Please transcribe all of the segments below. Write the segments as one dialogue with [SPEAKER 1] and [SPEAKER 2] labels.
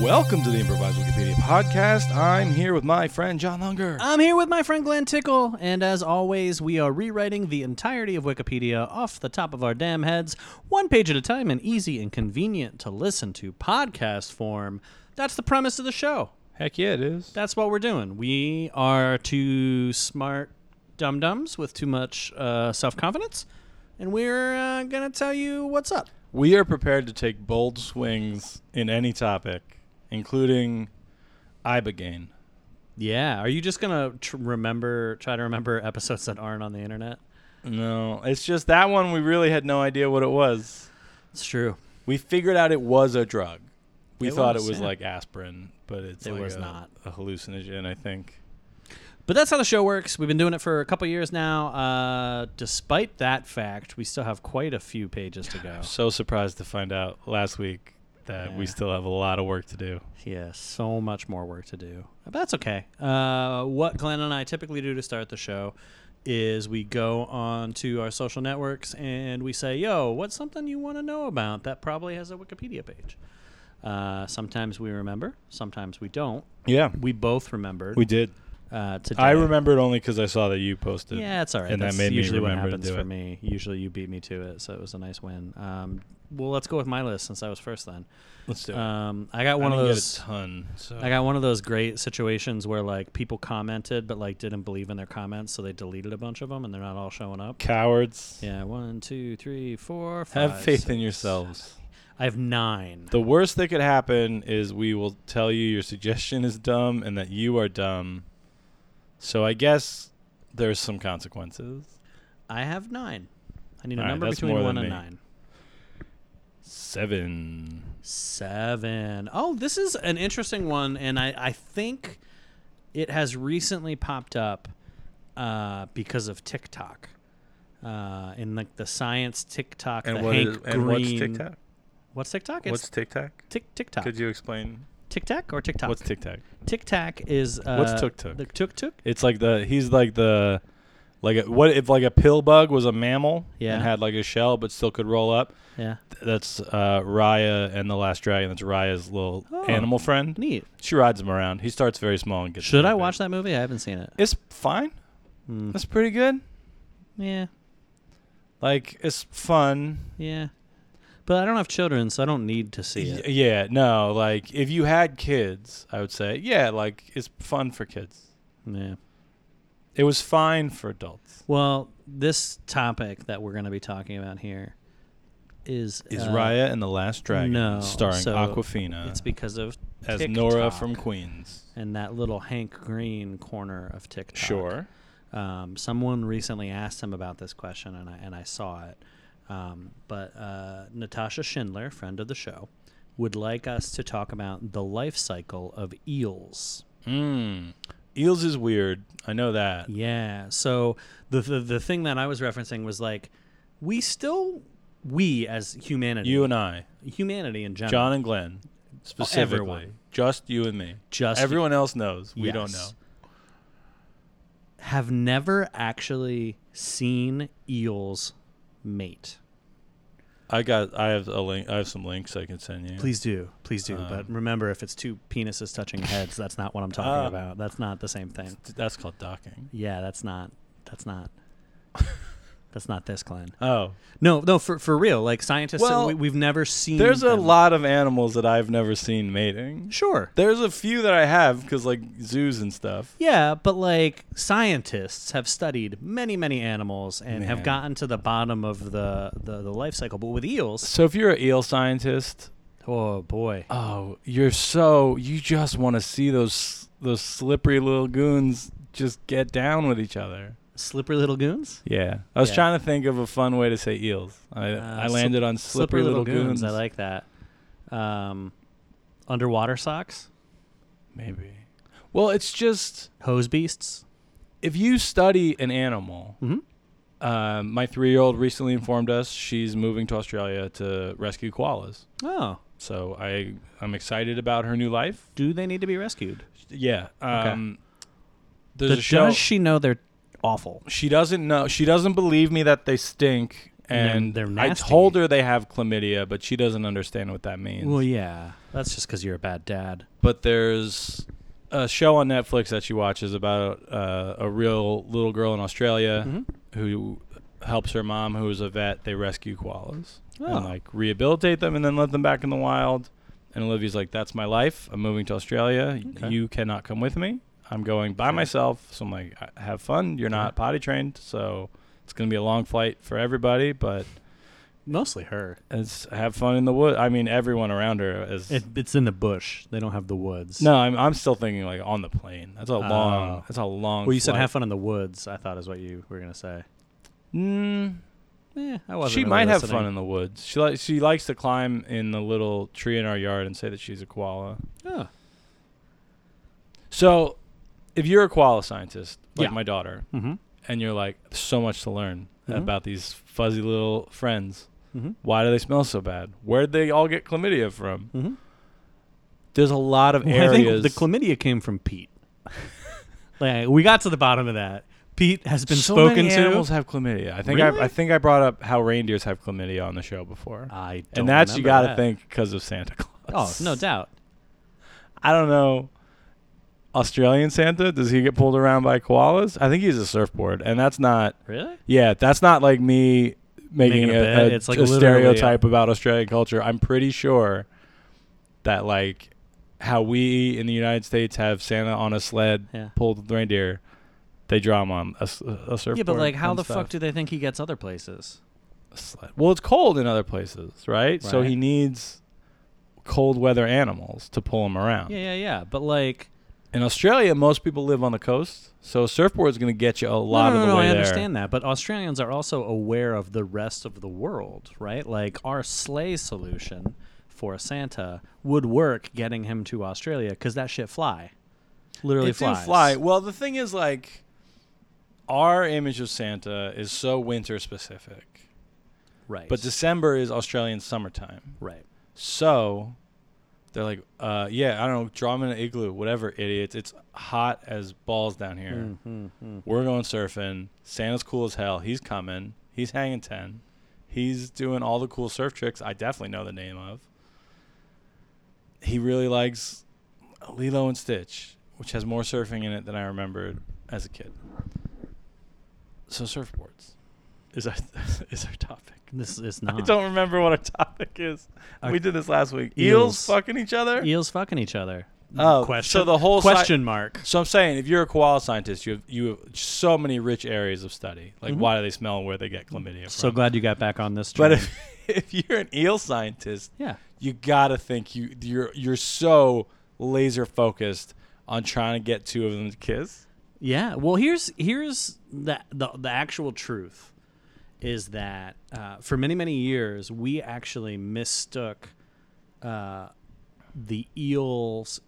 [SPEAKER 1] Welcome to the Improvised Wikipedia podcast. I'm here with my friend John Unger.
[SPEAKER 2] I'm here with my friend Glenn Tickle, and as always, we are rewriting the entirety of Wikipedia off the top of our damn heads, one page at a time, and easy and convenient to listen to podcast form. That's the premise of the show.
[SPEAKER 1] Heck yeah, it is.
[SPEAKER 2] That's what we're doing. We are two smart dum dums with too much uh, self confidence, and we're uh, gonna tell you what's up.
[SPEAKER 1] We are prepared to take bold swings in any topic, including ibogaine.
[SPEAKER 2] Yeah, are you just gonna tr- remember, try to remember episodes that aren't on the internet?
[SPEAKER 1] No, it's just that one we really had no idea what it was.
[SPEAKER 2] It's true.
[SPEAKER 1] We figured out it was a drug. We
[SPEAKER 2] It
[SPEAKER 1] thought
[SPEAKER 2] was,
[SPEAKER 1] it was
[SPEAKER 2] yeah.
[SPEAKER 1] like aspirin, but it's
[SPEAKER 2] It
[SPEAKER 1] like
[SPEAKER 2] was
[SPEAKER 1] a-
[SPEAKER 2] not.
[SPEAKER 1] a hallucinogen, I think.
[SPEAKER 2] But that's how the show works. We've been doing it for a couple years now. Uh, despite that fact, we still have quite a few pages to go.
[SPEAKER 1] So surprised to find out last week that we
[SPEAKER 2] Yeah.
[SPEAKER 1] still have a lot of work to do.
[SPEAKER 2] Yeah, so much more work to do. But that's okay. Uh, what Glenn and I typically do to start the show is we go on to our social networks and we say, yo, what's something you want to know about that probably has a Wikipedia page? Uh, sometimes we remember, sometimes we don't.
[SPEAKER 1] Yeah,
[SPEAKER 2] We both remembered.
[SPEAKER 1] we did.
[SPEAKER 2] uh, today.
[SPEAKER 1] I remembered only because I saw that you posted.
[SPEAKER 2] Yeah, it's all right.
[SPEAKER 1] And
[SPEAKER 2] That's
[SPEAKER 1] that made
[SPEAKER 2] usually
[SPEAKER 1] me
[SPEAKER 2] what
[SPEAKER 1] remember
[SPEAKER 2] happens
[SPEAKER 1] to do
[SPEAKER 2] for
[SPEAKER 1] it.
[SPEAKER 2] me. Usually you beat me to it, so it was a nice win. Um, well, let's go with my list since I was first then.
[SPEAKER 1] Let's do it.
[SPEAKER 2] Um, I got
[SPEAKER 1] I
[SPEAKER 2] one of
[SPEAKER 1] didn't get
[SPEAKER 2] those.
[SPEAKER 1] a ton. So
[SPEAKER 2] I got one of those great situations where like people commented but like didn't believe in their comments, so they deleted a bunch of them and they're not all showing up.
[SPEAKER 1] cowards.
[SPEAKER 2] Yeah, Uh, one, two, three, four, five.
[SPEAKER 1] Have faith in
[SPEAKER 2] six.
[SPEAKER 1] yourselves.
[SPEAKER 2] I have nine.
[SPEAKER 1] The worst that could happen is we will tell you your suggestion is dumb and that you are dumb. So I guess there's some consequences.
[SPEAKER 2] I have nine. I need a
[SPEAKER 1] All right,
[SPEAKER 2] number
[SPEAKER 1] that's
[SPEAKER 2] between
[SPEAKER 1] more
[SPEAKER 2] one
[SPEAKER 1] than
[SPEAKER 2] and
[SPEAKER 1] me.
[SPEAKER 2] nine.
[SPEAKER 1] Seven.
[SPEAKER 2] Seven. Oh, this is an interesting one, and I, I think it has recently popped up uh, because of TikTok. Uh, in like the science TikTok, the Hank Green. What's TikTok? It's
[SPEAKER 1] TikTok?
[SPEAKER 2] Tik TikTok.
[SPEAKER 1] Could you explain?
[SPEAKER 2] TikTok or TikTok?
[SPEAKER 1] What's TikTok?
[SPEAKER 2] TikTok is uh,
[SPEAKER 1] What's tuk-tuk?
[SPEAKER 2] The tuk tuk.
[SPEAKER 1] It's like the he's like the like a, what if like a pill bug was a mammal
[SPEAKER 2] Yeah.
[SPEAKER 1] and had like a shell but still could roll up.
[SPEAKER 2] Yeah,
[SPEAKER 1] That's uh, Raya and the Last Dragon. That's Raya's little
[SPEAKER 2] Oh.
[SPEAKER 1] animal friend.
[SPEAKER 2] neat.
[SPEAKER 1] She rides him around. He starts very small and gets.
[SPEAKER 2] Should
[SPEAKER 1] really
[SPEAKER 2] I
[SPEAKER 1] big.
[SPEAKER 2] watch that movie? I haven't seen it.
[SPEAKER 1] It's fine.
[SPEAKER 2] Mm,
[SPEAKER 1] It's pretty good.
[SPEAKER 2] yeah,
[SPEAKER 1] Like it's fun.
[SPEAKER 2] yeah. But I don't have children, so I don't need to see
[SPEAKER 1] Y-
[SPEAKER 2] it.
[SPEAKER 1] yeah. No. Like if you had kids, I would say yeah. Like it's fun for kids.
[SPEAKER 2] Yeah.
[SPEAKER 1] It was fine for adults.
[SPEAKER 2] Well, this topic that we're going to be talking about here is
[SPEAKER 1] Is
[SPEAKER 2] uh,
[SPEAKER 1] Raya and the Last Dragon
[SPEAKER 2] no,
[SPEAKER 1] starring
[SPEAKER 2] so
[SPEAKER 1] Aquafina
[SPEAKER 2] It's because of
[SPEAKER 1] as
[SPEAKER 2] TikTok
[SPEAKER 1] Nora from Queens?
[SPEAKER 2] and that little Hank Green corner of TikTok.
[SPEAKER 1] Sure.
[SPEAKER 2] Um, someone recently asked him about this question, and I and I saw it. Um, but uh, Natasha Schindler, friend of the show, would like us to talk about the life cycle of eels.
[SPEAKER 1] Mm. Eels is weird. I know that.
[SPEAKER 2] Yeah. So the, the the thing that I was referencing was like, we still we as humanity
[SPEAKER 1] You and I,
[SPEAKER 2] humanity in general.
[SPEAKER 1] John and Glenn, specifically,
[SPEAKER 2] everyone.
[SPEAKER 1] just you and me.
[SPEAKER 2] Just
[SPEAKER 1] everyone else knows. We don't know.
[SPEAKER 2] Yes. have never actually seen eels mate.
[SPEAKER 1] I got. I have a link. I have some links I can send you.
[SPEAKER 2] Please do, please do.
[SPEAKER 1] Um,
[SPEAKER 2] but remember, if it's two penises touching heads, that's not what I'm talking
[SPEAKER 1] Ah.
[SPEAKER 2] about. That's not the same thing.
[SPEAKER 1] That's called docking.
[SPEAKER 2] Yeah, that's not. That's not. that's not this, Glenn.
[SPEAKER 1] Oh,
[SPEAKER 2] No, no, for for real. Like scientists,
[SPEAKER 1] Well,
[SPEAKER 2] we, we've never seen.
[SPEAKER 1] there's a
[SPEAKER 2] them.
[SPEAKER 1] lot of animals that I've never seen mating.
[SPEAKER 2] Sure.
[SPEAKER 1] There's a few that I have because like zoos and stuff.
[SPEAKER 2] Yeah, but like scientists have studied many, many animals and have
[SPEAKER 1] Man.
[SPEAKER 2] gotten to the bottom of the, the, the life cycle. But with eels,
[SPEAKER 1] So if you're an eel scientist,
[SPEAKER 2] oh boy.
[SPEAKER 1] oh, you're so you just want to see those those slippery little goons just get down with each other.
[SPEAKER 2] Slippery little goons?
[SPEAKER 1] Yeah, I was
[SPEAKER 2] Yeah.
[SPEAKER 1] trying to think of a fun way to say eels. I,
[SPEAKER 2] Uh,
[SPEAKER 1] I
[SPEAKER 2] slip-
[SPEAKER 1] landed on slippery, little, goons.
[SPEAKER 2] I like that. Um, underwater socks?
[SPEAKER 1] maybe. Well, it's just
[SPEAKER 2] Hose beasts?
[SPEAKER 1] if you study an animal.
[SPEAKER 2] Mm-hmm.
[SPEAKER 1] Um, my three-year-old recently informed us she's moving to Australia to rescue koalas.
[SPEAKER 2] Oh.
[SPEAKER 1] So I I'm excited about her new life.
[SPEAKER 2] Do they need to be rescued?
[SPEAKER 1] Yeah. Um, There's
[SPEAKER 2] But
[SPEAKER 1] a show.
[SPEAKER 2] Does she know they're awful?
[SPEAKER 1] she doesn't know. She doesn't believe me that they stink, And
[SPEAKER 2] they're
[SPEAKER 1] I
[SPEAKER 2] nasty.
[SPEAKER 1] told her they have chlamydia, but she doesn't understand what that means.
[SPEAKER 2] Well, yeah, that's just because you're a bad dad.
[SPEAKER 1] but there's a show on Netflix that she watches about uh, a real little girl in Australia
[SPEAKER 2] Mm-hmm.
[SPEAKER 1] who helps her mom, who is a vet. They rescue koalas
[SPEAKER 2] Oh.
[SPEAKER 1] and like rehabilitate them and then let them back in the wild. And Olivia's like, "That's my life. I'm moving to Australia.
[SPEAKER 2] Okay.
[SPEAKER 1] You cannot come with me. I'm going by
[SPEAKER 2] Sure.
[SPEAKER 1] myself." So I'm like, "I- "Have fun. You're not potty trained, so it's gonna be a long flight for everybody, but."
[SPEAKER 2] Mostly her.
[SPEAKER 1] It's have fun in the wood. I mean, everyone around her is
[SPEAKER 2] It, it's in the bush. They don't have the woods.
[SPEAKER 1] No, I'm I'm still thinking like on the plane. That's a long.
[SPEAKER 2] Oh.
[SPEAKER 1] That's a long.
[SPEAKER 2] Well, you said
[SPEAKER 1] flight.
[SPEAKER 2] have fun in the woods. I thought is what you were gonna say.
[SPEAKER 1] Mm,
[SPEAKER 2] Eh, I wasn't.
[SPEAKER 1] she
[SPEAKER 2] really
[SPEAKER 1] might have
[SPEAKER 2] listening.
[SPEAKER 1] fun in the woods. She li- she likes to climb in the little tree in our yard and say that she's a koala.
[SPEAKER 2] Oh.
[SPEAKER 1] So, if you're a koala scientist like
[SPEAKER 2] Yeah.
[SPEAKER 1] my daughter,
[SPEAKER 2] Mm-hmm.
[SPEAKER 1] and you're like so much to learn
[SPEAKER 2] Mhm.
[SPEAKER 1] about these fuzzy little friends.
[SPEAKER 2] Mm-hmm.
[SPEAKER 1] Why do they smell so bad? Where'd they all get chlamydia from?
[SPEAKER 2] Mm-hmm.
[SPEAKER 1] There's a lot of
[SPEAKER 2] Well, I think
[SPEAKER 1] areas.
[SPEAKER 2] the chlamydia came from Pete. like we got to the bottom of that. Pete has been
[SPEAKER 1] so
[SPEAKER 2] spoken
[SPEAKER 1] many
[SPEAKER 2] to.
[SPEAKER 1] animals have chlamydia. I think
[SPEAKER 2] Really?
[SPEAKER 1] I, I think I brought up how reindeers have chlamydia on the show before.
[SPEAKER 2] I don't
[SPEAKER 1] and that's you got
[SPEAKER 2] remember
[SPEAKER 1] to think because of Santa
[SPEAKER 2] Oh,
[SPEAKER 1] Claus.
[SPEAKER 2] no doubt.
[SPEAKER 1] I don't know. Australian Santa does he get pulled around by koalas? I think he's a surfboard, and that's not.
[SPEAKER 2] Really?
[SPEAKER 1] Yeah, that's not like me making,
[SPEAKER 2] Making a
[SPEAKER 1] a,
[SPEAKER 2] bet.
[SPEAKER 1] a-
[SPEAKER 2] It's like
[SPEAKER 1] a
[SPEAKER 2] literally-
[SPEAKER 1] stereotype about Australian culture. I'm pretty sure that like how we in the United States have Santa on a sled
[SPEAKER 2] Yeah.
[SPEAKER 1] pulled with reindeer, they draw him on a, s- a surfboard.
[SPEAKER 2] Yeah, but like, how
[SPEAKER 1] and
[SPEAKER 2] the fuck
[SPEAKER 1] stuff.
[SPEAKER 2] do they think he gets other places?
[SPEAKER 1] A sled. Well, it's cold in other places, right? So
[SPEAKER 2] Right.
[SPEAKER 1] he needs cold weather animals to pull him around.
[SPEAKER 2] Yeah, yeah, yeah. But like,
[SPEAKER 1] In Australia, most people live on the coast, so a surfboard is going to get you a
[SPEAKER 2] no,
[SPEAKER 1] lot
[SPEAKER 2] no,
[SPEAKER 1] of the
[SPEAKER 2] no,
[SPEAKER 1] way
[SPEAKER 2] I
[SPEAKER 1] there.
[SPEAKER 2] understand that. But Australians are also aware of the rest of the world, right? Like, our sleigh solution for Santa would work getting him to Australia because that shit fly, literally
[SPEAKER 1] It do
[SPEAKER 2] flies.
[SPEAKER 1] fly. Well, the thing is, like, our image of Santa is so winter specific,
[SPEAKER 2] right?
[SPEAKER 1] but December is Australian summertime.
[SPEAKER 2] right.
[SPEAKER 1] So they're like, uh, yeah, I don't know, draw 'em in an igloo, whatever, idiots. It's hot as balls down here.
[SPEAKER 2] Mm-hmm.
[SPEAKER 1] We're going surfing. Santa's cool as hell. He's coming. He's hanging 10. He's doing all the cool surf tricks I definitely know the name of. He really likes Lilo and Stitch, which has more surfing in it than I remembered as a kid. So surfboards is our is our topic.
[SPEAKER 2] This is not.
[SPEAKER 1] I don't remember what our topic is.
[SPEAKER 2] Our-
[SPEAKER 1] we did this last week.
[SPEAKER 2] Eels.
[SPEAKER 1] Eels, fucking each other.
[SPEAKER 2] Eels fucking each other.
[SPEAKER 1] Oh,
[SPEAKER 2] question.
[SPEAKER 1] so the whole si-
[SPEAKER 2] question mark.
[SPEAKER 1] So I'm saying, if you're a koala scientist, you have you have so many rich areas of study. Like,
[SPEAKER 2] Mhm.
[SPEAKER 1] why do they smell and where they get chlamydia from?
[SPEAKER 2] So glad you got back on this. Train.
[SPEAKER 1] But if if you're an eel scientist,
[SPEAKER 2] yeah,
[SPEAKER 1] you gotta think you you're you're so laser focused on trying to get two of them to kiss.
[SPEAKER 2] yeah. Well, here's here's the the, the actual truth is that uh, for many many years we actually mistook uh, the eels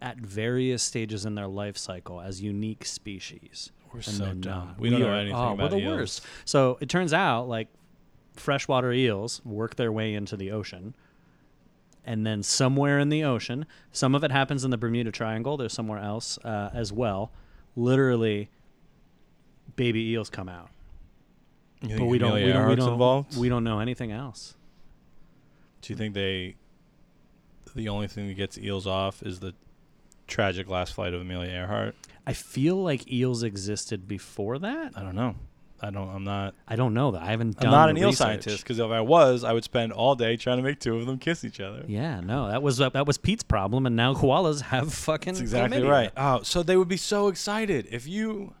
[SPEAKER 2] at various stages in their life cycle as unique species.
[SPEAKER 1] We're
[SPEAKER 2] And
[SPEAKER 1] so
[SPEAKER 2] they're
[SPEAKER 1] dumb.
[SPEAKER 2] not.
[SPEAKER 1] We don't know
[SPEAKER 2] are-
[SPEAKER 1] anything
[SPEAKER 2] oh,
[SPEAKER 1] about
[SPEAKER 2] we're the
[SPEAKER 1] eels.
[SPEAKER 2] worst. So it turns out like freshwater eels work their way into the ocean. And then somewhere in the ocean, some of it happens in the Bermuda Triangle. There's somewhere else uh, as well. Literally, baby eels come out,
[SPEAKER 1] You
[SPEAKER 2] but
[SPEAKER 1] think
[SPEAKER 2] we don't.
[SPEAKER 1] Amelia
[SPEAKER 2] We don't. We
[SPEAKER 1] Earhart's
[SPEAKER 2] don't,
[SPEAKER 1] involved?
[SPEAKER 2] we don't know anything else.
[SPEAKER 1] Do you think they? The only thing that gets eels off is the tragic last flight of Amelia Earhart.
[SPEAKER 2] I feel like eels existed before that.
[SPEAKER 1] I don't know. I don't. I'm not.
[SPEAKER 2] I don't know that. I haven't done.
[SPEAKER 1] I'm not
[SPEAKER 2] the
[SPEAKER 1] an eel
[SPEAKER 2] research.
[SPEAKER 1] scientist because if I was, I would spend all day trying to make two of them kiss each other.
[SPEAKER 2] Yeah, no, that was uh, that was Pete's problem, and now koalas have fucking.
[SPEAKER 1] That's exactly
[SPEAKER 2] Mm-hmm. chlamydia.
[SPEAKER 1] right. Oh, so they would be so excited if you.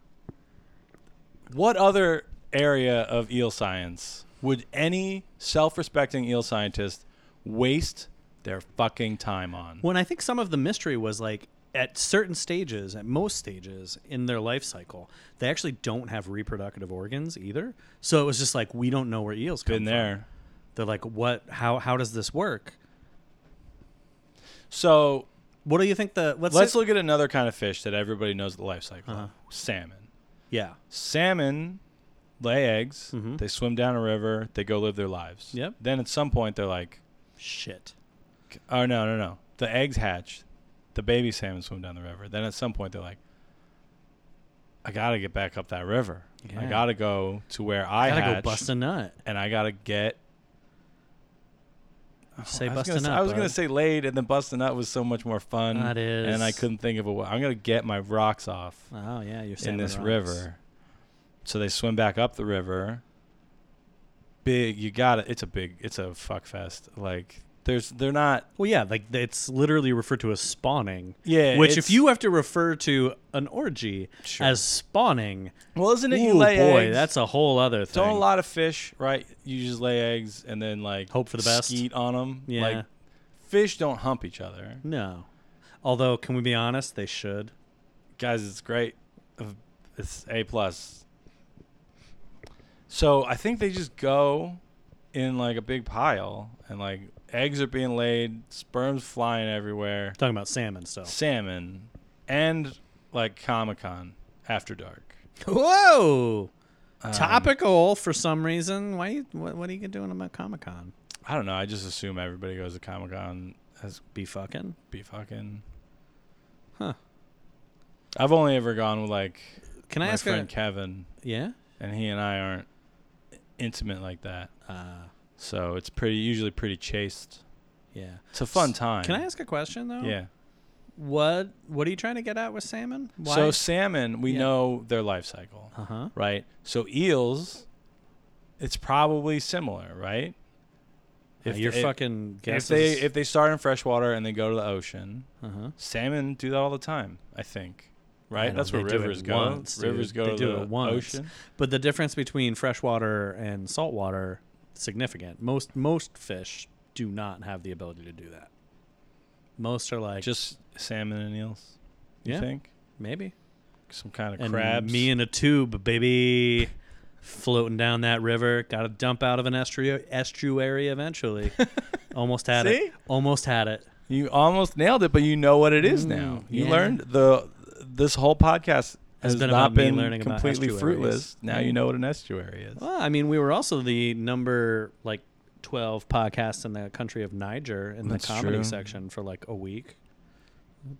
[SPEAKER 1] What other area of eel science would any self-respecting eel scientist waste their fucking time on?
[SPEAKER 2] When I think some of the mystery was like at certain stages, at most stages in their life cycle, they actually don't have reproductive organs either. So it was just like we don't know where eels come
[SPEAKER 1] Been there.
[SPEAKER 2] from. They're like, what? How? How does this work?
[SPEAKER 1] So
[SPEAKER 2] What do you think the? Let's,
[SPEAKER 1] let's
[SPEAKER 2] say-
[SPEAKER 1] look at another kind of fish that everybody knows the life cycle. of.
[SPEAKER 2] Uh-huh.
[SPEAKER 1] Salmon.
[SPEAKER 2] Yeah.
[SPEAKER 1] salmon lay eggs
[SPEAKER 2] Mhm.
[SPEAKER 1] they swim down a river they go live their lives
[SPEAKER 2] Yep.
[SPEAKER 1] then at some point they're like
[SPEAKER 2] Shit.
[SPEAKER 1] oh no no no the eggs hatch the baby salmon swim down the river then at some point they're like I gotta get back up that river. I
[SPEAKER 2] Yeah.
[SPEAKER 1] gotta go to where I,
[SPEAKER 2] I gotta
[SPEAKER 1] hatched,
[SPEAKER 2] go bust a nut.
[SPEAKER 1] and I gotta get.
[SPEAKER 2] You say
[SPEAKER 1] I was
[SPEAKER 2] bust
[SPEAKER 1] gonna
[SPEAKER 2] a
[SPEAKER 1] say-
[SPEAKER 2] nut.
[SPEAKER 1] I was
[SPEAKER 2] bud.
[SPEAKER 1] gonna say laid, and then bust a nut was so much more fun.
[SPEAKER 2] That is.
[SPEAKER 1] And I couldn't think of a way. I'm gonna get my rocks off
[SPEAKER 2] Oh yeah, you're
[SPEAKER 1] in
[SPEAKER 2] salmon
[SPEAKER 1] this
[SPEAKER 2] rocks.
[SPEAKER 1] river. So they swim back up the river. Big, you got it. It's a big. It's a fuck fest. Like there's, they're not.
[SPEAKER 2] Well, yeah, like it's literally referred to as spawning.
[SPEAKER 1] Yeah.
[SPEAKER 2] Which, if
[SPEAKER 1] it's-
[SPEAKER 2] you have to refer to an orgy
[SPEAKER 1] Sure.
[SPEAKER 2] as spawning,
[SPEAKER 1] well, isn't it?
[SPEAKER 2] ooh,
[SPEAKER 1] you lay
[SPEAKER 2] boy,
[SPEAKER 1] eggs?
[SPEAKER 2] that's a whole other thing.
[SPEAKER 1] Don't a lot of fish, right? You just lay eggs and then like
[SPEAKER 2] Hope for the best.
[SPEAKER 1] Skeet on them.
[SPEAKER 2] Yeah.
[SPEAKER 1] Like fish don't hump each other,
[SPEAKER 2] no. Although, can we be honest? They should.
[SPEAKER 1] guys. It's great. It's a plus. So I think they just go in like a big pile, and like eggs are being laid, sperms flying everywhere,
[SPEAKER 2] Talking about salmon stuff.
[SPEAKER 1] salmon, and like Comic Con after dark.
[SPEAKER 2] Whoa!
[SPEAKER 1] Um,
[SPEAKER 2] Topical for some reason. Why? You, what, what are you doing about Comic Con?
[SPEAKER 1] I don't know. I just assume everybody goes to Comic Con as
[SPEAKER 2] Be fucking.
[SPEAKER 1] be fucking.
[SPEAKER 2] Huh.
[SPEAKER 1] I've only ever gone with like
[SPEAKER 2] Can I
[SPEAKER 1] my
[SPEAKER 2] ask
[SPEAKER 1] friend
[SPEAKER 2] a
[SPEAKER 1] Kevin,
[SPEAKER 2] yeah?
[SPEAKER 1] and he and I aren't intimate like that,
[SPEAKER 2] Uh,
[SPEAKER 1] so it's pretty usually pretty chaste.
[SPEAKER 2] yeah.
[SPEAKER 1] It's a fun time.
[SPEAKER 2] Can I ask a question though?
[SPEAKER 1] Yeah.
[SPEAKER 2] What What are you trying to get at with salmon? Why?
[SPEAKER 1] So salmon, we
[SPEAKER 2] Yeah.
[SPEAKER 1] know their life cycle,
[SPEAKER 2] uh huh.
[SPEAKER 1] right? So eels, it's probably similar, right?
[SPEAKER 2] If you're
[SPEAKER 1] they,
[SPEAKER 2] fucking
[SPEAKER 1] if
[SPEAKER 2] guesses.
[SPEAKER 1] they if they start in freshwater and they go to the ocean,
[SPEAKER 2] uh-huh.
[SPEAKER 1] salmon do that all the time. I think,
[SPEAKER 2] I
[SPEAKER 1] right?
[SPEAKER 2] know,
[SPEAKER 1] That's where
[SPEAKER 2] they do it
[SPEAKER 1] rivers go.
[SPEAKER 2] once, dude.
[SPEAKER 1] rivers go
[SPEAKER 2] They
[SPEAKER 1] to
[SPEAKER 2] do
[SPEAKER 1] the
[SPEAKER 2] it once.
[SPEAKER 1] ocean.
[SPEAKER 2] But the difference between freshwater and saltwater significant. Most most fish do not have the ability to do that. Most are like
[SPEAKER 1] Just salmon and eels. You
[SPEAKER 2] Yeah.
[SPEAKER 1] think
[SPEAKER 2] maybe
[SPEAKER 1] some kind of
[SPEAKER 2] and
[SPEAKER 1] crabs?
[SPEAKER 2] Me in a tube, baby, floating down that river. Got to dump out of an estuary, estuary eventually. Almost had
[SPEAKER 1] See?
[SPEAKER 2] it. Almost had it.
[SPEAKER 1] You almost nailed it, but you know what it is now.
[SPEAKER 2] Mm,
[SPEAKER 1] You
[SPEAKER 2] yeah.
[SPEAKER 1] learned the this whole podcast has,
[SPEAKER 2] Has been
[SPEAKER 1] not
[SPEAKER 2] about me
[SPEAKER 1] been
[SPEAKER 2] learning about
[SPEAKER 1] completely
[SPEAKER 2] estuaries. Mm.
[SPEAKER 1] fruitless. Now you know what an estuary is.
[SPEAKER 2] Well, I mean, we were also the number like twelve podcast in the country of Niger in
[SPEAKER 1] That's
[SPEAKER 2] the comedy
[SPEAKER 1] true.
[SPEAKER 2] section for like a week,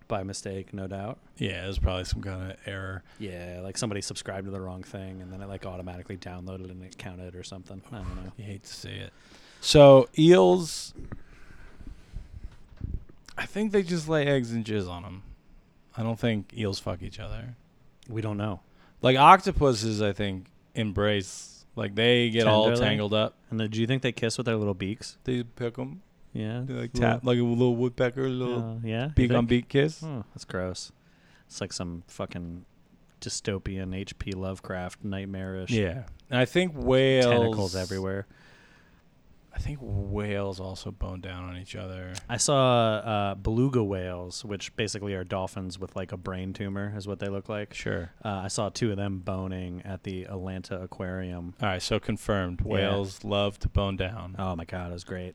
[SPEAKER 2] by mistake, no doubt.
[SPEAKER 1] Yeah, it was probably some kind of error.
[SPEAKER 2] Yeah, like somebody subscribed to the wrong thing and then it like automatically downloaded and it counted or something. I don't know.
[SPEAKER 1] You hate to see it. So eels, I think they just lay eggs and jizz on them. I don't think eels fuck each other.
[SPEAKER 2] We don't know.
[SPEAKER 1] Like octopuses, I think embrace. Like they get all
[SPEAKER 2] Tenderly?
[SPEAKER 1] tangled up.
[SPEAKER 2] And then, do you think they kiss with their little beaks?
[SPEAKER 1] They pick them.
[SPEAKER 2] Yeah.
[SPEAKER 1] They like
[SPEAKER 2] Little-
[SPEAKER 1] tap like a little woodpecker, a little
[SPEAKER 2] uh, yeah. you
[SPEAKER 1] beak on
[SPEAKER 2] think?
[SPEAKER 1] beak kiss.
[SPEAKER 2] Oh, that's gross. It's like some fucking dystopian H.P. Lovecraft nightmarish.
[SPEAKER 1] Yeah, and I think whales.
[SPEAKER 2] Tentacles everywhere.
[SPEAKER 1] I think whales also bone down on each other.
[SPEAKER 2] I saw uh, beluga whales, which basically are dolphins with like a brain tumor, is what they look like.
[SPEAKER 1] Sure.
[SPEAKER 2] Uh, I saw two of them boning at the Atlanta Aquarium.
[SPEAKER 1] All right, so confirmed.
[SPEAKER 2] Yeah.
[SPEAKER 1] Whales love to bone down.
[SPEAKER 2] Oh my god, it was great.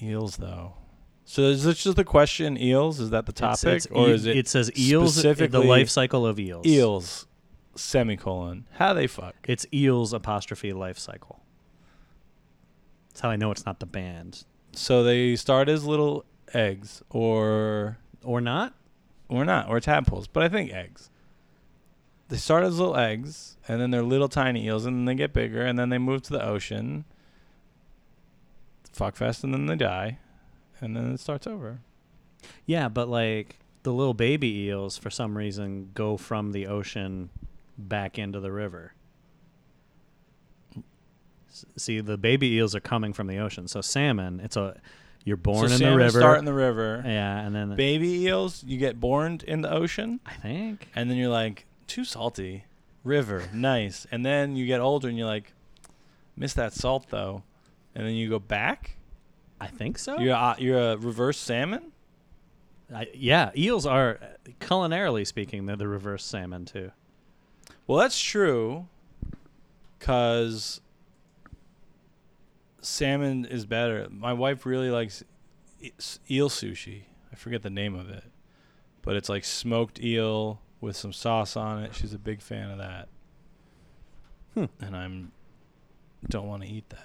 [SPEAKER 1] Eels, though. So is this just the question? Eels is that the
[SPEAKER 2] It's-
[SPEAKER 1] topic,
[SPEAKER 2] it's
[SPEAKER 1] or
[SPEAKER 2] e-
[SPEAKER 1] is it,
[SPEAKER 2] It says eels. The
[SPEAKER 1] specifically
[SPEAKER 2] life cycle of eels.
[SPEAKER 1] eels? Semicolon. How they fuck?
[SPEAKER 2] It's eels apostrophe life cycle. That's how I know it's not the band
[SPEAKER 1] So they start as little eggs, or
[SPEAKER 2] or not.
[SPEAKER 1] or not, or tadpoles. But I think eggs. They start as little eggs, and then they're little tiny eels, and then they get bigger, and then they move to the ocean. Fuck fest, and then they die, and then it starts over.
[SPEAKER 2] Yeah, but like the little baby eels, for some reason, go from the ocean back into the river. S- See, the baby eels are coming from the ocean. So salmon, it's a you're born
[SPEAKER 1] so
[SPEAKER 2] in the
[SPEAKER 1] salmon
[SPEAKER 2] river.
[SPEAKER 1] Start in the river.
[SPEAKER 2] yeah, and then
[SPEAKER 1] Baby eels, you get born in the ocean,
[SPEAKER 2] I think
[SPEAKER 1] and then you're like too salty. River, nice, and then you get older, and you're like, miss that salt though, and then you go back.
[SPEAKER 2] I think so.
[SPEAKER 1] You're a, you're a reverse salmon.
[SPEAKER 2] I, yeah, eels are uh, culinarily speaking, they're the reverse salmon too.
[SPEAKER 1] Well, that's true, cause salmon is better. My wife really likes e- s- eel sushi. I forget the name of it, but it's like smoked eel with some sauce on it. She's a big fan of that,
[SPEAKER 2] Hmm.
[SPEAKER 1] and I'm don't want to eat that.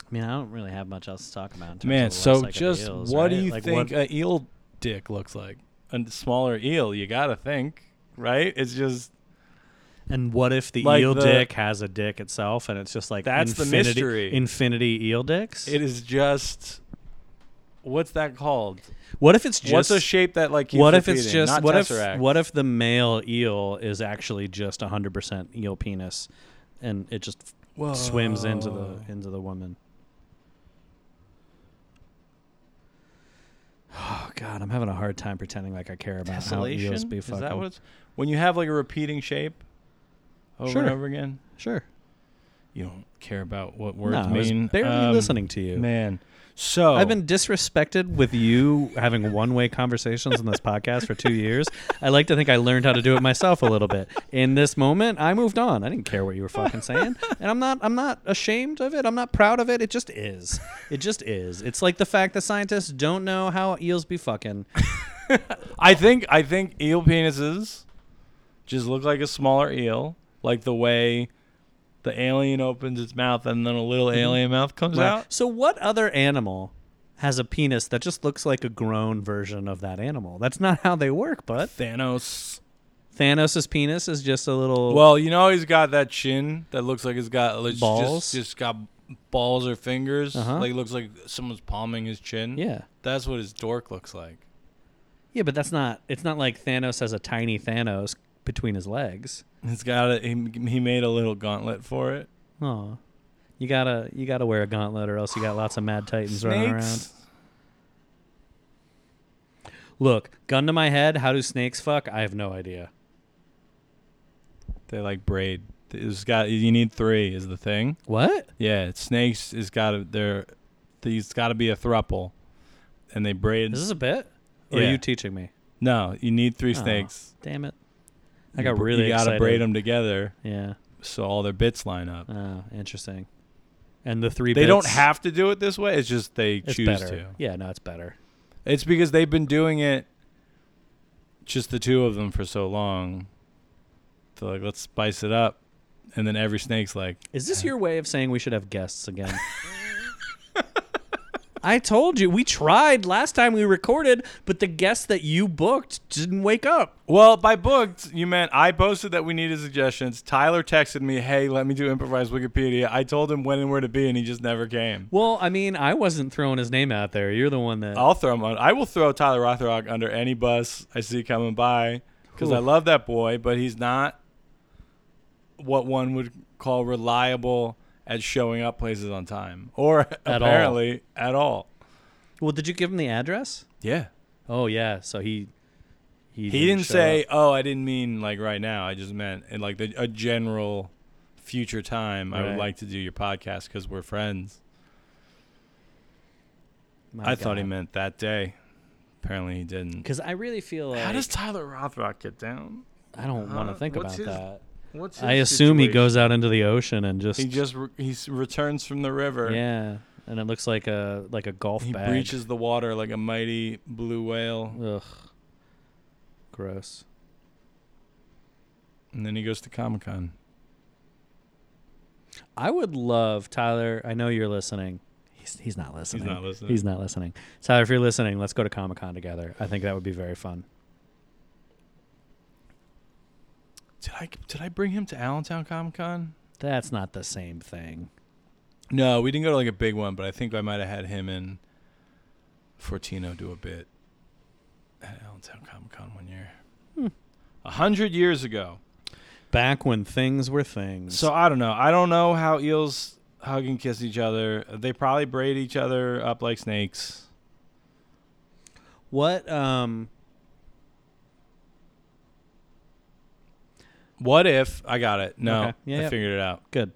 [SPEAKER 2] I mean, I don't really have much else to talk about. In terms
[SPEAKER 1] Man,
[SPEAKER 2] of the life
[SPEAKER 1] so
[SPEAKER 2] cycle of
[SPEAKER 1] just
[SPEAKER 2] eels,
[SPEAKER 1] what do
[SPEAKER 2] right?
[SPEAKER 1] you
[SPEAKER 2] Like,
[SPEAKER 1] think
[SPEAKER 2] what-
[SPEAKER 1] a eel dick looks like? a smaller eel, you gotta think, right? It's just
[SPEAKER 2] And what if the
[SPEAKER 1] Like
[SPEAKER 2] eel
[SPEAKER 1] the-
[SPEAKER 2] dick has a dick itself, and it's just like
[SPEAKER 1] That's the
[SPEAKER 2] infinity,
[SPEAKER 1] mystery.
[SPEAKER 2] Infinity eel dicks.
[SPEAKER 1] it is just what's that called?
[SPEAKER 2] what if it's just
[SPEAKER 1] what's a shape that like keeps
[SPEAKER 2] what if it's
[SPEAKER 1] repeating?
[SPEAKER 2] just
[SPEAKER 1] Not
[SPEAKER 2] what
[SPEAKER 1] tesseract.
[SPEAKER 2] if what if the male eel is actually just hundred percent eel penis, and it just f- swims into the
[SPEAKER 1] Whoa.
[SPEAKER 2] into the woman. Oh God, I'm having a hard time pretending like I care about how eels
[SPEAKER 1] tessellation?
[SPEAKER 2] be
[SPEAKER 1] Is
[SPEAKER 2] fucking.
[SPEAKER 1] that what it's when you have like a repeating shape over
[SPEAKER 2] Sure.
[SPEAKER 1] and over again?
[SPEAKER 2] sure.
[SPEAKER 1] You don't care about what words
[SPEAKER 2] No, I was
[SPEAKER 1] mean.
[SPEAKER 2] barely
[SPEAKER 1] Um,
[SPEAKER 2] listening to you.
[SPEAKER 1] Man. So
[SPEAKER 2] I've been disrespected with you having one-way conversations on this podcast for two years. I like to think I learned how to do it myself a little bit. In this moment, I moved on. I didn't care what you were fucking saying, and I'm not. I'm not ashamed of it. I'm not proud of it. It just is. It just is. It's like the fact that scientists don't know how eels be fucking.
[SPEAKER 1] I think I think eel penises just look like a smaller eel, like the way the alien opens its mouth and then a little
[SPEAKER 2] Mm-hmm.
[SPEAKER 1] alien mouth comes out.
[SPEAKER 2] So, what other animal has a penis that just looks like a grown version of that animal? That's not how they work, but
[SPEAKER 1] Thanos.
[SPEAKER 2] Thanos' penis is just a little.
[SPEAKER 1] Well, you know he's got that chin that looks like it's got it's
[SPEAKER 2] Balls?
[SPEAKER 1] Just, just got balls or fingers.
[SPEAKER 2] Uh-huh.
[SPEAKER 1] Like it looks like someone's palming his chin.
[SPEAKER 2] yeah.
[SPEAKER 1] that's what his dork looks like.
[SPEAKER 2] Yeah, but that's not. It's not like Thanos has a tiny Thanos between his legs.
[SPEAKER 1] It's got a, he, he made a little gauntlet for it.
[SPEAKER 2] Oh, you gotta you gotta wear a gauntlet, or else you got lots of mad titans running around.
[SPEAKER 1] Snakes.
[SPEAKER 2] Look, gun to my head. How do snakes fuck? I have no idea.
[SPEAKER 1] They like braid. It's got you need three is the thing.
[SPEAKER 2] What?
[SPEAKER 1] Yeah, snakes is got to there. There's got to be a thruple, and they braid.
[SPEAKER 2] Is this a bit? Or are
[SPEAKER 1] Yeah.
[SPEAKER 2] you teaching me?
[SPEAKER 1] no, you need three
[SPEAKER 2] Oh,
[SPEAKER 1] snakes.
[SPEAKER 2] damn it! I
[SPEAKER 1] You
[SPEAKER 2] got
[SPEAKER 1] br-
[SPEAKER 2] really
[SPEAKER 1] You gotta
[SPEAKER 2] excited.
[SPEAKER 1] braid them together
[SPEAKER 2] Yeah.
[SPEAKER 1] so all their bits line up.
[SPEAKER 2] Oh, interesting. And the three.
[SPEAKER 1] they don't
[SPEAKER 2] bits,
[SPEAKER 1] have to do it this way. It's just they
[SPEAKER 2] It's
[SPEAKER 1] choose
[SPEAKER 2] better.
[SPEAKER 1] to.
[SPEAKER 2] Yeah, no, it's better.
[SPEAKER 1] It's because they've been doing it, just the two of them for so long. So like, let's spice it up, and then every snake's like,
[SPEAKER 2] Is this your way of saying we should have guests again? I told you we tried last time we recorded, but the guest that you booked didn't wake up.
[SPEAKER 1] Well, by booked, you meant I posted that we needed suggestions. Tyler texted me, hey, let me do improvised Wikipedia. I told him when and where to be, and he just never came.
[SPEAKER 2] Well, I mean, I wasn't throwing his name out there. You're the one that.
[SPEAKER 1] I'll throw him on. I will throw Tyler Rothrock under any bus I see coming by because I
[SPEAKER 2] Whew.
[SPEAKER 1] love that boy, but he's not what one would call reliable at showing up places on time or
[SPEAKER 2] all.
[SPEAKER 1] apparently at all.
[SPEAKER 2] Well, did you give him the address?
[SPEAKER 1] Yeah.
[SPEAKER 2] Oh yeah, so he he
[SPEAKER 1] He didn't
[SPEAKER 2] show
[SPEAKER 1] say,
[SPEAKER 2] up.
[SPEAKER 1] "Oh, I didn't mean like right now. I just meant in like the, a general future time. I
[SPEAKER 2] Right.
[SPEAKER 1] would like to do your podcast because we're friends."
[SPEAKER 2] My
[SPEAKER 1] I thought he
[SPEAKER 2] God.
[SPEAKER 1] meant that day. Apparently, he didn't.
[SPEAKER 2] Cause I really feel like
[SPEAKER 1] How does Tyler Rothrock get down?
[SPEAKER 2] I don't want
[SPEAKER 1] Huh?
[SPEAKER 2] to think about
[SPEAKER 1] What's his
[SPEAKER 2] that.
[SPEAKER 1] What's
[SPEAKER 2] I assume he goes out into the ocean and just,
[SPEAKER 1] He just re- he s- returns from the river.
[SPEAKER 2] yeah, and it looks like a like a golf
[SPEAKER 1] He
[SPEAKER 2] bag.
[SPEAKER 1] breaches the water like a mighty blue whale,
[SPEAKER 2] Ugh, gross.
[SPEAKER 1] and then he goes to Comic Con.
[SPEAKER 2] I would love Tyler. I know you're listening. He's, he's not listening.
[SPEAKER 1] not listening.
[SPEAKER 2] He's not listening. Tyler, if you're listening, let's go to Comic Con together. I think that would be very fun.
[SPEAKER 1] Did I did I bring him to Allentown Comic Con?
[SPEAKER 2] That's not the same thing.
[SPEAKER 1] No, we didn't go to like a big one, but I think I might have had him and Fortino do a bit at Allentown Comic Con one year.
[SPEAKER 2] Hmm.
[SPEAKER 1] A hundred years ago.
[SPEAKER 2] Back when things were things.
[SPEAKER 1] So I don't know. I don't know how eels hug and kiss each other. They probably braid each other up like snakes.
[SPEAKER 2] what? Um.
[SPEAKER 1] What if I got it? No,
[SPEAKER 2] Okay. Yeah,
[SPEAKER 1] I
[SPEAKER 2] yeah.
[SPEAKER 1] figured it out.
[SPEAKER 2] Good.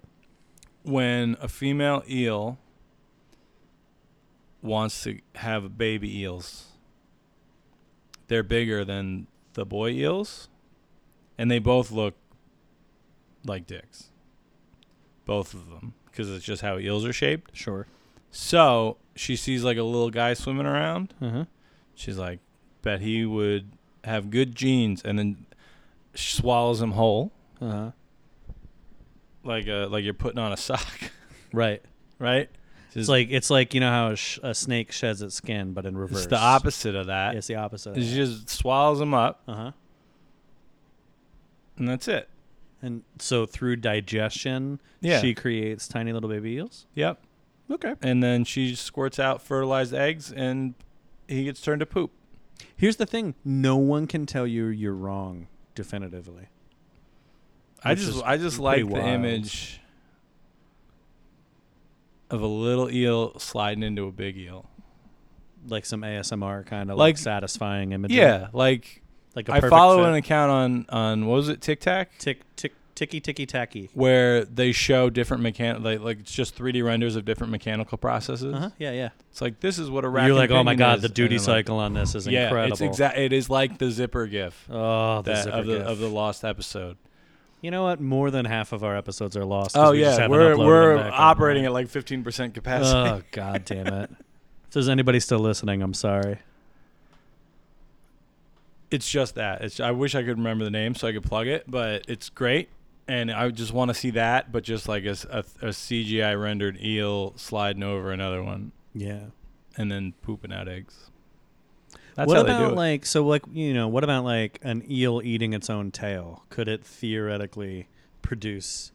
[SPEAKER 1] When a female eel wants to have baby eels, they're bigger than the boy eels, and they both look like dicks. Both of them, because it's just how eels are shaped.
[SPEAKER 2] Sure.
[SPEAKER 1] So she sees like a little guy swimming around.
[SPEAKER 2] Uh huh.
[SPEAKER 1] She's like, bet he would have good genes, and then swallows him whole, uh,
[SPEAKER 2] Uh
[SPEAKER 1] Uh-huh.
[SPEAKER 2] huh.
[SPEAKER 1] like a like you're putting on a sock,
[SPEAKER 2] Right.
[SPEAKER 1] right?
[SPEAKER 2] It's like it's like you know how a, sh- a snake sheds its skin, but in reverse.
[SPEAKER 1] It's the opposite of that.
[SPEAKER 2] It's the opposite.
[SPEAKER 1] It just swallows them up,
[SPEAKER 2] Uh huh.
[SPEAKER 1] and that's it.
[SPEAKER 2] And so through digestion,
[SPEAKER 1] Yeah.
[SPEAKER 2] she creates tiny little baby eels.
[SPEAKER 1] Yep.
[SPEAKER 2] Okay.
[SPEAKER 1] And then she squirts out fertilized eggs, and he gets turned to poop.
[SPEAKER 2] Here's the thing: no one can tell you you're wrong definitively.
[SPEAKER 1] I
[SPEAKER 2] Which
[SPEAKER 1] just
[SPEAKER 2] is
[SPEAKER 1] I just
[SPEAKER 2] pretty
[SPEAKER 1] like the
[SPEAKER 2] wild.
[SPEAKER 1] image of a little eel sliding into a big eel.
[SPEAKER 2] Like some ASMR kind of like,
[SPEAKER 1] Like-
[SPEAKER 2] satisfying image.
[SPEAKER 1] Yeah, like
[SPEAKER 2] Like a
[SPEAKER 1] I
[SPEAKER 2] perfect
[SPEAKER 1] follow
[SPEAKER 2] fit.
[SPEAKER 1] an account on on what was it TikTok
[SPEAKER 2] tick tick ticky ticky tacky.
[SPEAKER 1] where they show different mechanic like like it's just 3D renders of different mechanical processes.
[SPEAKER 2] Uh huh. Yeah, yeah.
[SPEAKER 1] It's like this is what a rack.
[SPEAKER 2] You're
[SPEAKER 1] and
[SPEAKER 2] like, oh my
[SPEAKER 1] pinion
[SPEAKER 2] god,
[SPEAKER 1] is,"
[SPEAKER 2] the
[SPEAKER 1] and
[SPEAKER 2] duty
[SPEAKER 1] then, like,
[SPEAKER 2] cycle on this is
[SPEAKER 1] yeah,
[SPEAKER 2] incredible.
[SPEAKER 1] it's exact. It is like the zipper gif
[SPEAKER 2] Oh, the
[SPEAKER 1] that,
[SPEAKER 2] zipper
[SPEAKER 1] of the
[SPEAKER 2] gif.
[SPEAKER 1] of the lost episode.
[SPEAKER 2] You know what? More than half of our episodes are lost. 'cause
[SPEAKER 1] Oh
[SPEAKER 2] we just
[SPEAKER 1] yeah,
[SPEAKER 2] haven't
[SPEAKER 1] we're
[SPEAKER 2] uploaded
[SPEAKER 1] we're
[SPEAKER 2] them back
[SPEAKER 1] operating at like 15% capacity.
[SPEAKER 2] online. Oh god damn it! If there's anybody still listening, I'm sorry.
[SPEAKER 1] it's just that. It's I wish I could remember the name so I could plug it, but it's great. And I just want to see that, but just like a, s- a- a CGI rendered eel sliding over another one
[SPEAKER 2] Yeah.
[SPEAKER 1] and then pooping out eggs. That's
[SPEAKER 2] what
[SPEAKER 1] how
[SPEAKER 2] about
[SPEAKER 1] they do it.
[SPEAKER 2] like so like you know what about like an eel eating its own tail? Could it theoretically produce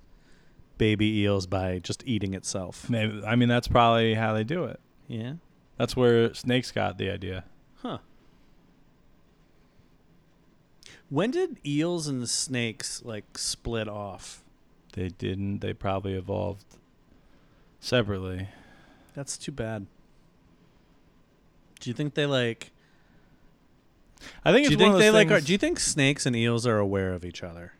[SPEAKER 2] baby eels by just eating itself?
[SPEAKER 1] Maybe, I mean, that's probably how they do it.
[SPEAKER 2] Yeah.
[SPEAKER 1] That's where snakes got the idea.
[SPEAKER 2] Huh. When did eels and snakes like split off?
[SPEAKER 1] They didn't. They probably evolved separately.
[SPEAKER 2] That's too bad. Do you think they like?
[SPEAKER 1] I think
[SPEAKER 2] Do
[SPEAKER 1] it's
[SPEAKER 2] you
[SPEAKER 1] one of
[SPEAKER 2] think
[SPEAKER 1] those
[SPEAKER 2] they like? Are,
[SPEAKER 1] things-
[SPEAKER 2] do you think snakes and eels are aware of each other?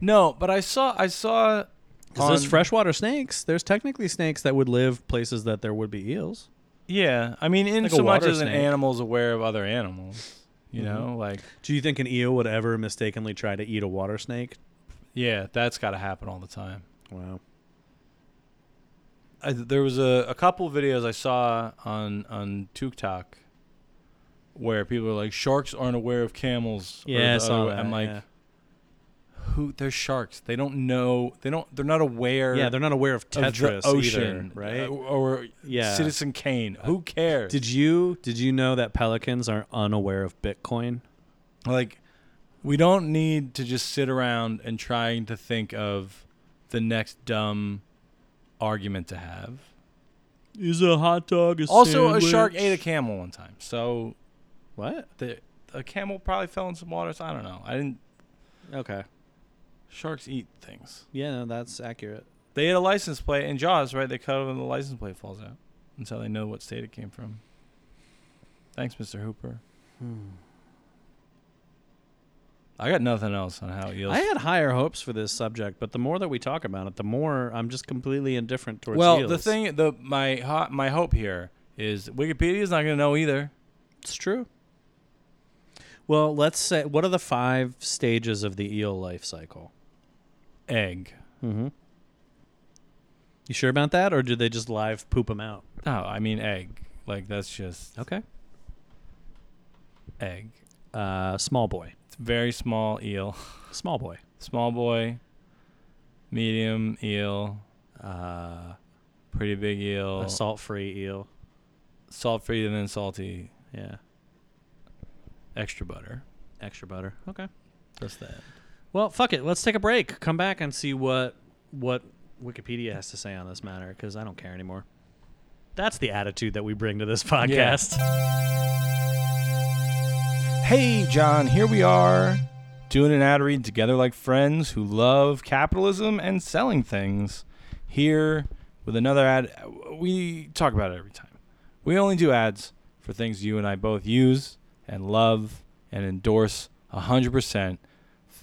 [SPEAKER 1] no, but I saw I saw
[SPEAKER 2] Because there's
[SPEAKER 1] on-
[SPEAKER 2] freshwater snakes. There's technically snakes that would live places that there would be eels.
[SPEAKER 1] Yeah, I mean, in
[SPEAKER 2] Like a
[SPEAKER 1] so much
[SPEAKER 2] water
[SPEAKER 1] as an
[SPEAKER 2] snake.
[SPEAKER 1] animal's aware of other animals, you
[SPEAKER 2] Mhm.
[SPEAKER 1] know, like
[SPEAKER 2] Do you think an eel would ever mistakenly try to eat a water snake?
[SPEAKER 1] yeah, that's got to happen all the time.
[SPEAKER 2] Wow.
[SPEAKER 1] I, there was a, a couple videos I saw on on TikTok where people are like, sharks aren't aware of camels. or
[SPEAKER 2] Yeah, I
[SPEAKER 1] the
[SPEAKER 2] saw
[SPEAKER 1] other way."
[SPEAKER 2] that.
[SPEAKER 1] I'm like,
[SPEAKER 2] yeah.
[SPEAKER 1] who? They're sharks. They don't know. They don't. They're not aware.
[SPEAKER 2] Yeah, they're not aware of
[SPEAKER 1] of
[SPEAKER 2] Tetris
[SPEAKER 1] the ocean,
[SPEAKER 2] either, right?
[SPEAKER 1] uh, or
[SPEAKER 2] yeah.
[SPEAKER 1] Citizen Kane. Who cares?
[SPEAKER 2] Did you did you know that pelicans are unaware of Bitcoin?
[SPEAKER 1] like we don't need to just sit around and trying to think of the next dumb argument to have
[SPEAKER 2] Is a hot dog a
[SPEAKER 1] also a shark ate a camel one time so
[SPEAKER 2] what?
[SPEAKER 1] the a camel probably fell in some waters i don't know i didn't
[SPEAKER 2] Okay.
[SPEAKER 1] sharks eat things
[SPEAKER 2] Yeah, no, that's accurate.
[SPEAKER 1] they ate a license plate in jaws right they cut it and the license plate falls out that's how they know what state it came from thanks mr hooper i got nothing else on how eels
[SPEAKER 2] I had higher hopes for this subject, but the more that we talk about it, the more I'm just completely indifferent towards
[SPEAKER 1] well
[SPEAKER 2] eels.
[SPEAKER 1] the thing the my ho- my hope here is wikipedia's not going to know either
[SPEAKER 2] It's true. Well, let's say what are the five stages of the eel life cycle?
[SPEAKER 1] egg
[SPEAKER 2] Mm-hmm. You sure about that, or do they just live poop them out?
[SPEAKER 1] no i mean egg like that's just
[SPEAKER 2] Okay.
[SPEAKER 1] egg
[SPEAKER 2] Uh, small boy,
[SPEAKER 1] it's very small eel
[SPEAKER 2] small boy.
[SPEAKER 1] small boy medium eel
[SPEAKER 2] Uh,
[SPEAKER 1] pretty big eel
[SPEAKER 2] a salt-free eel.
[SPEAKER 1] salt free and then salty
[SPEAKER 2] Yeah,
[SPEAKER 1] extra butter
[SPEAKER 2] extra butter. Okay.
[SPEAKER 1] that's that
[SPEAKER 2] Well, fuck it. Let's take a break. Come back and see what what Wikipedia has to say on this matter because I don't care anymore. That's the attitude that we bring to this podcast.
[SPEAKER 1] hey john here we are doing an ad read together like friends who love capitalism and selling things here with another ad we talk about it every time we only do ads for things you and i both use and love and endorse 100%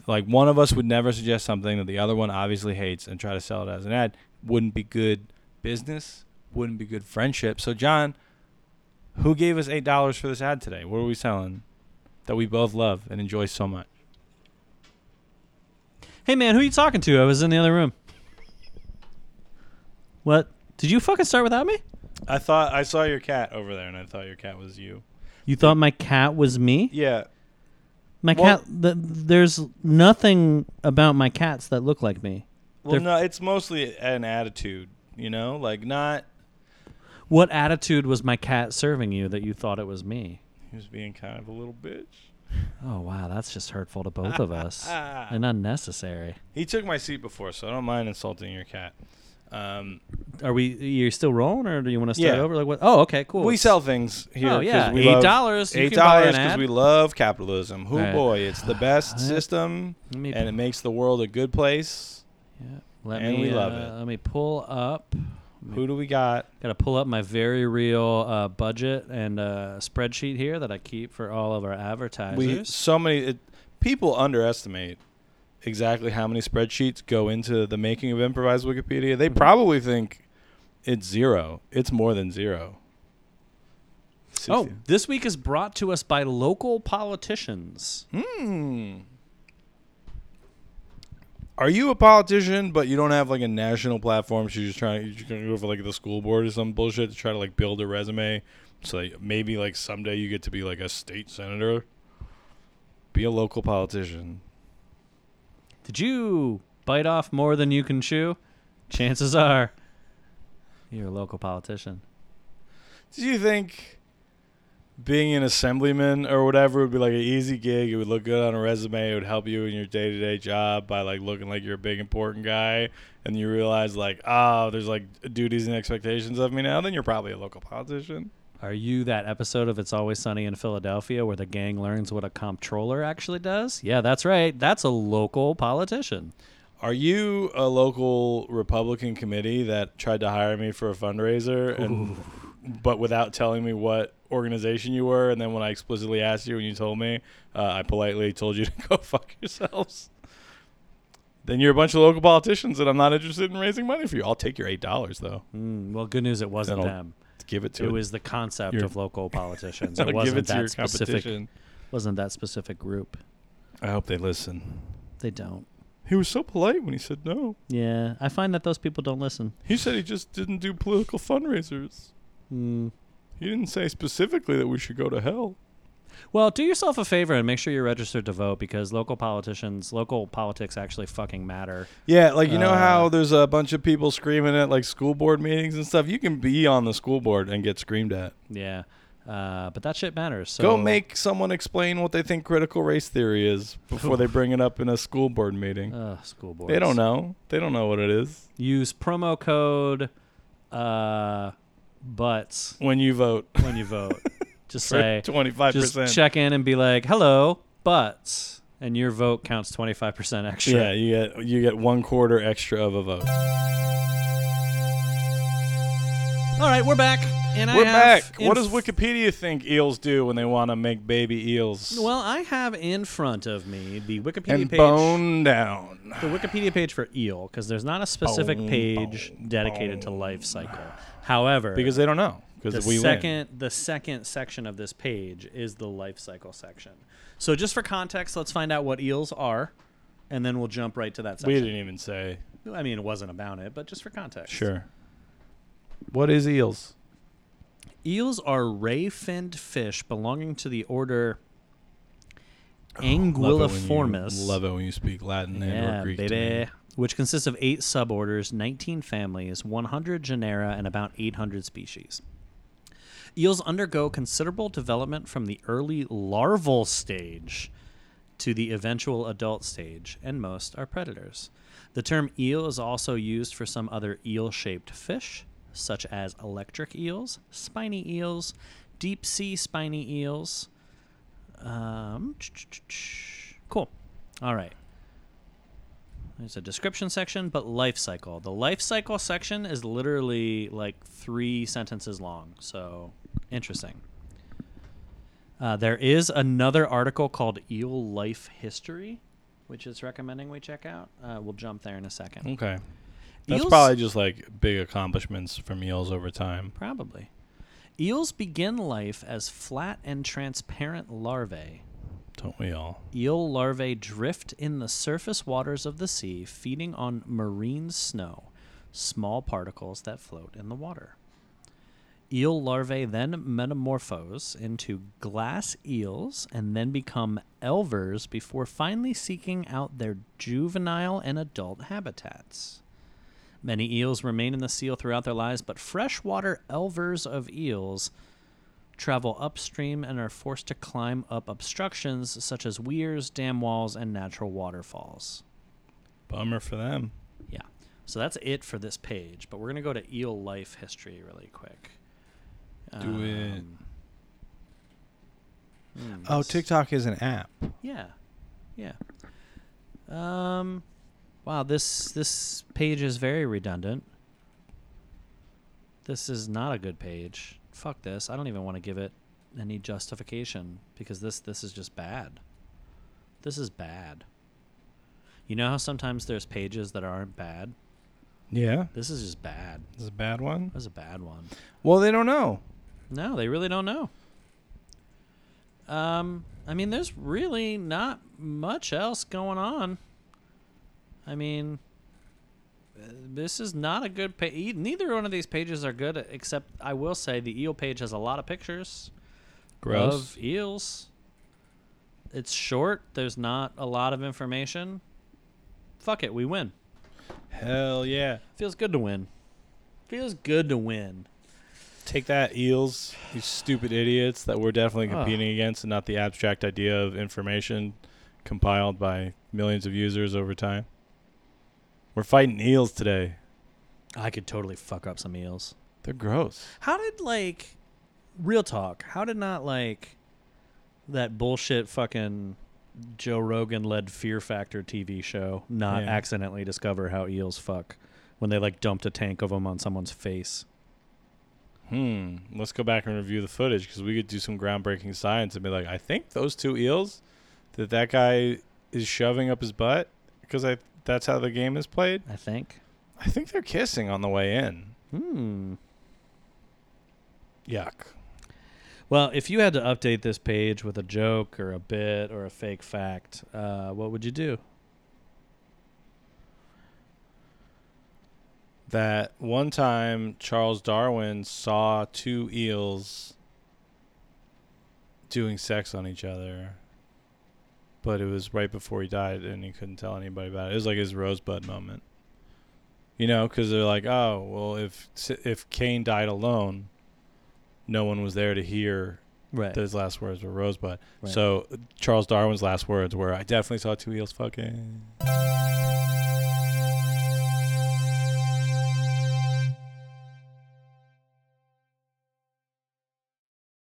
[SPEAKER 1] like one of us would never suggest something that the other one obviously hates and try to sell it as an ad wouldn't be good business wouldn't be good friendship so john who gave us eight dollars for this ad today what are we selling that we both love and enjoy so much
[SPEAKER 2] Hey man, who you talking to? I was in the other room. What? Did you fucking start without me?
[SPEAKER 1] i thought i saw your cat over there and i thought your cat was you
[SPEAKER 2] You thought my cat was me?
[SPEAKER 1] yeah
[SPEAKER 2] My
[SPEAKER 1] Well-
[SPEAKER 2] cat. Th- there's nothing about my cats that look like me.
[SPEAKER 1] well
[SPEAKER 2] They're-
[SPEAKER 1] no it's mostly an attitude you know, like not
[SPEAKER 2] What attitude was my cat serving you that you thought it was me?
[SPEAKER 1] he was being kind of a little bitch.
[SPEAKER 2] Oh wow, that's just hurtful to both of us and unnecessary.
[SPEAKER 1] He took my seat before, so I don't mind insulting your cat. Um,
[SPEAKER 2] Are we? You're still rolling, or do you want to start
[SPEAKER 1] Yeah.
[SPEAKER 2] over? Like what? Oh, okay, cool.
[SPEAKER 1] we sell things here.
[SPEAKER 2] Oh,
[SPEAKER 1] 'cause
[SPEAKER 2] yeah.
[SPEAKER 1] we
[SPEAKER 2] Eight
[SPEAKER 1] love-
[SPEAKER 2] dollars, you
[SPEAKER 1] Eight
[SPEAKER 2] can buy an
[SPEAKER 1] dollars because
[SPEAKER 2] ad.
[SPEAKER 1] we love capitalism. Hoo
[SPEAKER 2] Right.
[SPEAKER 1] boy, it's the best
[SPEAKER 2] Let
[SPEAKER 1] system,
[SPEAKER 2] Let me-
[SPEAKER 1] and it makes the world a good place.
[SPEAKER 2] Yeah, let
[SPEAKER 1] and
[SPEAKER 2] me,
[SPEAKER 1] we love
[SPEAKER 2] uh,
[SPEAKER 1] it.
[SPEAKER 2] Let me pull up.
[SPEAKER 1] Who do we got?
[SPEAKER 2] Got to pull up my very real uh, budget and uh, spreadsheet here that I keep for all of our advertisers.
[SPEAKER 1] We so many it, people underestimate exactly how many spreadsheets go into the making of improvised Wikipedia. They probably think it's zero. It's more than zero.
[SPEAKER 2] oh, this week is brought to us by local politicians.
[SPEAKER 1] Hmm. Are you a politician, but you don't have like a national platform? So you're just trying, you're just gonna go for like the school board or some bullshit to try to like build a resume, so that maybe like someday you get to be like a state senator. Be a local politician.
[SPEAKER 2] Did you bite off more than you can chew? Chances are, you're a local politician.
[SPEAKER 1] Do you think being an assemblyman or whatever would be like an easy gig? It would look good on a resume. It would help you in your day to day job by like looking like you're a big important guy. And you realize like, oh, there's like duties and expectations of me now. Then you're probably a local politician.
[SPEAKER 2] Are you that episode of It's Always Sunny in Philadelphia where the gang learns what a comptroller actually does? Yeah, that's right. That's a local politician.
[SPEAKER 1] Are you a local Republican committee that tried to hire me for a fundraiser and but without telling me what organization you were and then when I explicitly asked you and you told me, uh, I politely told you to go fuck yourselves. Then you're a bunch of local politicians and I'm not interested in raising money for you. I'll take your eight dollars though.
[SPEAKER 2] Mm, well, good news, it wasn't
[SPEAKER 1] That'll-
[SPEAKER 2] them.
[SPEAKER 1] Give it to
[SPEAKER 2] It was the concept
[SPEAKER 1] your-
[SPEAKER 2] of local politicians.
[SPEAKER 1] I'll
[SPEAKER 2] it wasn't
[SPEAKER 1] give it to
[SPEAKER 2] that
[SPEAKER 1] your
[SPEAKER 2] specific.
[SPEAKER 1] competition.
[SPEAKER 2] Wasn't that specific group?
[SPEAKER 1] I hope they listen.
[SPEAKER 2] They don't.
[SPEAKER 1] He was so polite when he said no.
[SPEAKER 2] Yeah, I find that those people don't listen.
[SPEAKER 1] He said he just didn't do political fundraisers.
[SPEAKER 2] Mm.
[SPEAKER 1] He didn't say specifically that we should go to hell.
[SPEAKER 2] Well, do yourself a favor and make sure you're registered to vote because local politicians, local politics actually fucking matter.
[SPEAKER 1] Yeah, like you know
[SPEAKER 2] Uh,
[SPEAKER 1] how there's a bunch of people screaming at like school board meetings and stuff. You can be on the school board and get screamed at.
[SPEAKER 2] Yeah, uh, but that shit matters. So
[SPEAKER 1] Go make someone explain what they think critical race theory is before they bring it up in a school board meeting.
[SPEAKER 2] Ugh, school board.
[SPEAKER 1] they don't know. They don't know what it is.
[SPEAKER 2] Use promo code uh, butts
[SPEAKER 1] When you vote
[SPEAKER 2] when you vote. just
[SPEAKER 1] for
[SPEAKER 2] say,
[SPEAKER 1] twenty five
[SPEAKER 2] just
[SPEAKER 1] percent.
[SPEAKER 2] check in and be like, "Hello, butts," and your vote counts twenty five percent extra.
[SPEAKER 1] Yeah, you get you get one quarter extra of a vote.
[SPEAKER 2] All right, we're back, and
[SPEAKER 1] We're
[SPEAKER 2] I have
[SPEAKER 1] back.
[SPEAKER 2] in
[SPEAKER 1] What does
[SPEAKER 2] f-
[SPEAKER 1] Wikipedia think eels do when they want to make baby eels?
[SPEAKER 2] Well, I have in front of me the Wikipedia
[SPEAKER 1] and
[SPEAKER 2] page.
[SPEAKER 1] bone down.
[SPEAKER 2] the Wikipedia page for eel, because there's not a specific
[SPEAKER 1] Bone,
[SPEAKER 2] page
[SPEAKER 1] bone,
[SPEAKER 2] dedicated to life cycle. However,
[SPEAKER 1] oh. Because they don't know. Because
[SPEAKER 2] the
[SPEAKER 1] we win.
[SPEAKER 2] second the second section of this page is the life cycle section. So just for context, let's find out what eels are, and then we'll jump right to that
[SPEAKER 1] We
[SPEAKER 2] section.
[SPEAKER 1] didn't even say.
[SPEAKER 2] I mean, it wasn't about it, but just for context.
[SPEAKER 1] Sure. What is eels?
[SPEAKER 2] Eels are ray-finned fish belonging to the order
[SPEAKER 1] Oh,
[SPEAKER 2] Anguilliformes.
[SPEAKER 1] Love it when you speak Latin and
[SPEAKER 2] Yeah,
[SPEAKER 1] or Greek. to me.
[SPEAKER 2] baby. Which consists of eight suborders, 19 families, 100 genera, and about 800 species. Eels undergo considerable development from the early larval stage to the eventual adult stage, and most are predators. The term eel is also used for some other eel shaped fish, such as electric eels, spiny eels, deep sea spiny eels. Um, cool. All right. There's a description section, but life cycle. The life cycle section is literally like three sentences long. So interesting. Uh, there is another article called Eel Life History, which it's recommending we check out. Uh, we'll jump there in a second.
[SPEAKER 1] Okay. Mm, That's
[SPEAKER 2] Eels-
[SPEAKER 1] probably just like big accomplishments from eels over time.
[SPEAKER 2] Probably. Eels begin life as flat and transparent larvae.
[SPEAKER 1] Don't we all?
[SPEAKER 2] Eel larvae drift in the surface waters of the sea, feeding on marine snow, small particles that float in the water. Eel larvae then metamorphose into glass eels and then become elvers before finally seeking out their juvenile and adult habitats. Many eels remain in the seal throughout their lives, but freshwater elvers of eels travel upstream and are forced to climb up obstructions such as weirs, dam walls, and natural waterfalls.
[SPEAKER 1] Bummer for them.
[SPEAKER 2] Yeah. So that's it for this page, but we're going to go to eel life history really quick. Um,
[SPEAKER 1] Do it.
[SPEAKER 2] hmm,
[SPEAKER 1] Oh,
[SPEAKER 2] let's-
[SPEAKER 1] TikTok is an app.
[SPEAKER 2] Yeah. Yeah. Um wow, this this page is very redundant. This is not a good page. Fuck this. I don't even want to give it any justification because this this is just bad. This is bad. You know how sometimes there's pages that aren't bad?
[SPEAKER 1] Yeah.
[SPEAKER 2] This is just bad.
[SPEAKER 1] This is a bad one.
[SPEAKER 2] That was a bad one.
[SPEAKER 1] Well, they don't know.
[SPEAKER 2] No, they really don't know. Um, I mean, there's really not much else going on. I mean, uh, this is not a good page. Neither one of these pages are good, except I will say the eel page has a lot of pictures
[SPEAKER 1] Gross.
[SPEAKER 2] of eels. It's short. There's not a lot of information. Fuck it, we win.
[SPEAKER 1] Hell yeah.
[SPEAKER 2] Feels good to win. Feels good to win.
[SPEAKER 1] Take that, eels. You stupid idiots that we're definitely
[SPEAKER 2] Ugh.
[SPEAKER 1] competing against and not the abstract idea of information compiled by millions of users over time. We're fighting eels today.
[SPEAKER 2] I could totally fuck up some eels.
[SPEAKER 1] They're gross.
[SPEAKER 2] How did like real talk? How did not like that bullshit fucking Joe Rogan led Fear Factor TV show not
[SPEAKER 1] Yeah.
[SPEAKER 2] accidentally discover how eels fuck when they like dumped a tank of them on someone's face?
[SPEAKER 1] Hmm. Let's go back and review the footage because we could do some groundbreaking science and be like, I think those two eels that that guy is shoving up his butt because I that's how the game is played.
[SPEAKER 2] I think.
[SPEAKER 1] I think they're kissing on the way in.
[SPEAKER 2] Hmm.
[SPEAKER 1] Yuck.
[SPEAKER 2] Well, if you had to update this page with a joke or a bit or a fake fact, uh, what would you do?
[SPEAKER 1] That one time Charles Darwin saw two eels doing sex on each other, but it was right before he died and he couldn't tell anybody about it. It was like his rosebud moment. You know, because they're like, oh, well, if if Cain died alone, no one was there to hear
[SPEAKER 2] Right.
[SPEAKER 1] that his last words were rosebud.
[SPEAKER 2] Right.
[SPEAKER 1] So Charles Darwin's last words were, I definitely saw two eels fucking.